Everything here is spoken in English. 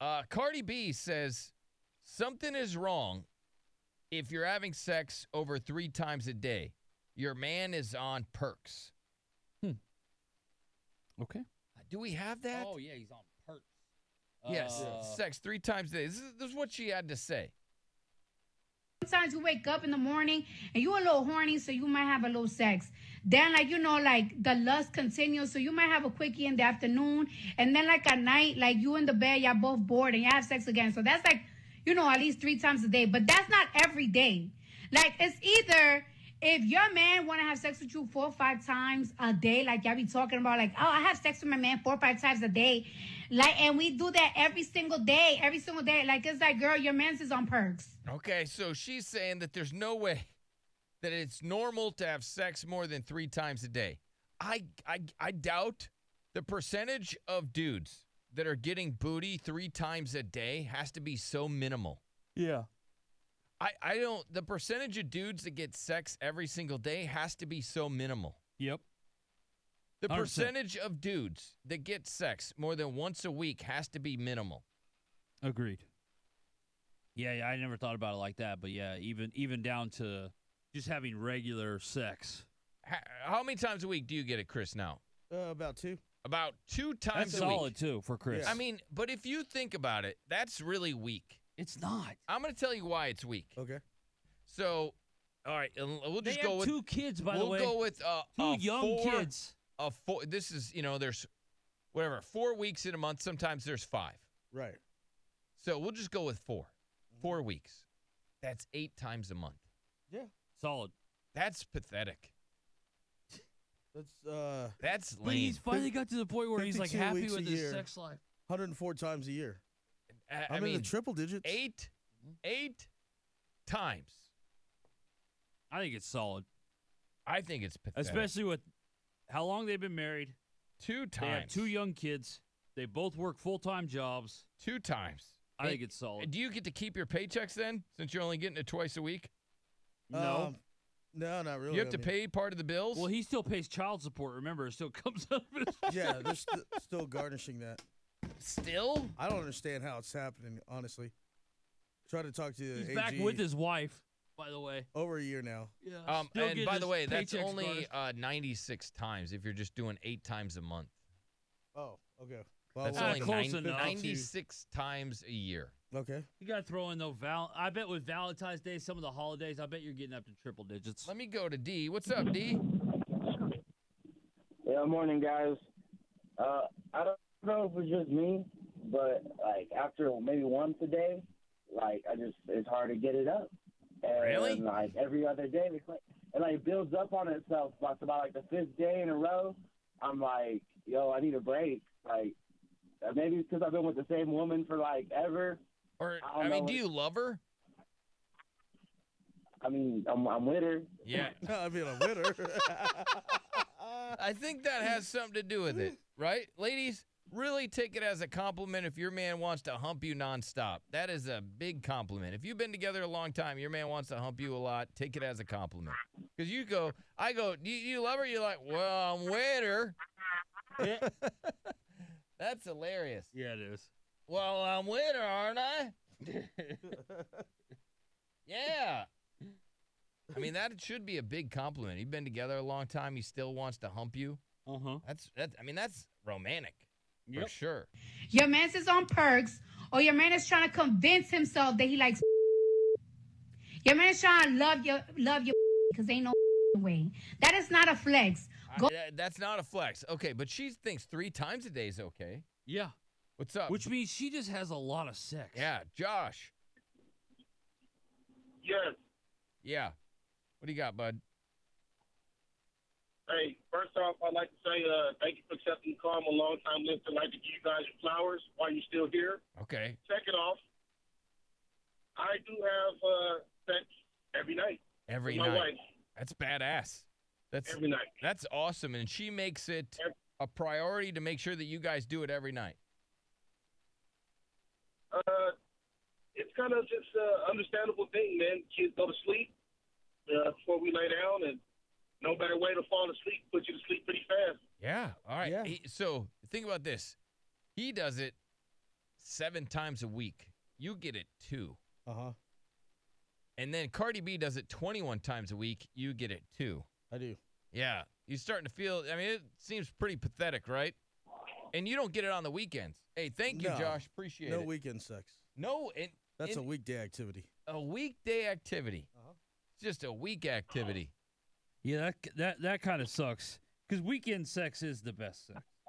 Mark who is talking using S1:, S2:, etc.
S1: Uh, Cardi B says something is wrong if you're having sex over three times a day. Your man is on perks. Uh,
S2: Okay.
S1: Do we have that?
S3: Oh yeah, he's on perks.
S1: Yes,
S3: Uh,
S1: sex three times a day. This is, this is what she had to say.
S4: sometimes you wake up in the morning and you a little horny, so you might have a little sex. Then, like you know, like the lust continues, so you might have a quickie in the afternoon, and then like at night, like you in the bed, y'all both bored and you have sex again. So that's like, you know, at least three times a day, but that's not every day. Like it's either if your man want to have sex with you four or five times a day, like y'all be talking about, like, oh, I have sex with my man four or five times a day, like, and we do that every single day, every single day. Like it's like, girl, your man's is on perks.
S1: Okay, so she's saying that there's no way that it's normal to have sex more than three times a day. I I, I doubt the percentage of dudes that are getting booty three times a day has to be so minimal.
S2: Yeah.
S1: I, I don't the percentage of dudes that get sex every single day has to be so minimal.
S2: Yep.
S1: The
S2: 100%.
S1: percentage of dudes that get sex more than once a week has to be minimal.
S2: Agreed.
S3: yeah, yeah, I never thought about it like that, but yeah, even even down to just having regular sex.
S1: How, how many times a week do you get it, Chris? Now
S5: Uh, about two.
S1: about two times
S3: That's
S1: a week.
S3: solid too for Chris.
S5: Yeah.
S1: I mean, but if you think about it, that's really weak.
S3: it's not.
S1: I'm going to tell you why it's weak.
S5: Okay.
S1: So, all right, and we'll
S3: They
S1: just
S3: have
S1: go with
S3: two kids, by
S1: we'll
S3: the way.
S1: go with uh,
S3: two
S1: a
S3: young
S1: four,
S3: kids.
S1: A four. This is you know there's whatever four weeks in a month. Sometimes there's five.
S5: Right.
S1: So we'll just go with four. Four
S3: Mm-hmm.
S1: weeks. That's eight times a month.
S5: Yeah.
S3: Solid.
S1: That's pathetic.
S5: That's uh
S1: That's
S3: But
S1: lame.
S3: he's finally got to the point where he's like
S5: 52
S3: happy
S5: weeks a
S3: with his
S5: year.
S3: sex life.
S5: 104 times a year.
S1: I, I
S5: I'm in
S1: mean,
S5: the triple digits.
S1: eight, eight times.
S3: I think it's solid,
S1: I think it's pathetic.
S3: especially with how long they've been married.
S1: two
S3: They have
S1: times.
S3: two young kids. They both work full time jobs.
S1: two times.
S3: I think it's solid.
S1: Do you get to keep your paychecks then, since you're only getting it twice a week?
S3: no.
S5: Um, no, not really.
S1: you have
S5: I
S1: to
S5: mean-
S1: pay part of the bills.
S3: Well, he still pays child support. Remember, it still comes out of his.
S5: Yeah, they're st- still garnishing that.
S1: still.
S5: I don't understand how it's happening, honestly. Try to talk to the
S3: He's
S5: AG
S3: back with his wife, by the way.
S5: over a year now.
S3: Yeah.
S1: Um,
S3: still
S1: and
S3: getting
S1: by the
S3: his
S1: way, that's
S3: paychecks
S1: only
S3: garnished.
S1: uh, 96 times if you're just doing eight times a month.
S5: Oh, okay. Well,
S1: That's
S3: well,
S1: only
S3: uh, close
S1: 90
S3: enough.
S1: 96 times a year.
S5: okay.
S3: You got to throw in though. Val, I bet with Valentine's Day, some of the holidays, I bet you're getting up to triple digits.
S1: Let me go to D. What's up, D?
S6: Yeah, morning, guys. Uh, I don't know if it's just me, but like after maybe once a day, like I just it's hard to get it up. And,
S1: Really?
S6: Like every other day, it's like, it like builds up on itself. Like about like the fifth day in a row, I'm like, yo, I need a break. Like uh, maybe it's because I've been with the same woman for like ever.
S1: Or
S6: I
S1: I,
S6: don't
S1: mean,
S6: know
S1: do
S6: what-
S1: you love her?
S6: I mean, I'm I'm with her.
S1: Yeah,
S5: I mean, a winner.
S1: I think that has something to do with it, right? Ladies, really take it as a compliment if your man wants to hump you nonstop. That is a big compliment. If you've been together a long time, your man wants to hump you a lot, take it as a compliment. Because you go, I go, do you, you love her? You're like, well, I'm with her. That's hilarious.
S3: Yeah, it is.
S1: Well, I'm with her, aren't I? yeah. I mean, that should be a big compliment. You've been together a long time. He still wants to hump you.
S3: Uh huh.
S1: That's that. I mean, that's romantic for
S3: Yep.
S1: sure.
S4: Your man's is on perks, or your man is trying to convince himself that he likes. Your man is trying to love your love your because ain't no way. That is not a flex.
S1: I- that- that's not a flex. Okay, but she thinks three times a day is okay.
S3: Yeah,
S1: What's up?
S3: which means she just has a lot of sex.
S1: Um, yeah, Josh.
S7: Yes.
S1: Yeah. What do you got, bud?
S7: Hey, first off, I'd like to say uh, thank you for accepting the call. I'm a long time listener. I'd like to give you guys your flowers while you're still here.
S1: Okay.
S7: Second off, I do have uh, sex every night
S1: Every
S7: with my
S1: night.
S7: wife.
S1: That's badass. That's
S7: Every night.
S1: that's awesome, and she makes it
S7: Every-
S1: a priority to make sure that you guys do it every night.
S7: Uh, it's kind of just uh, understandable thing, man. Kids go to sleep uh, before we lay down, and no better way to fall asleep puts you to sleep pretty fast.
S1: Yeah. All right.
S5: Yeah.
S1: He- so think about this. He does it seven times a week. You get it two.
S5: Uh huh.
S1: And then Cardi B does it 21 times a week. You get it two.
S5: I do.
S1: Yeah. You're starting to feel, I mean, it seems pretty pathetic, right? And you don't get it on the weekends. Hey, thank you,
S5: No.
S1: Josh. Appreciate
S5: no
S1: it.
S5: weekend sex.
S1: no, and
S5: That's a
S1: In-
S5: weekday activity.
S1: a weekday activity.
S5: Uh-huh.
S1: It's just a week activity.
S3: Yeah, that that that kind of sucks. Because weekend sex is the best sex.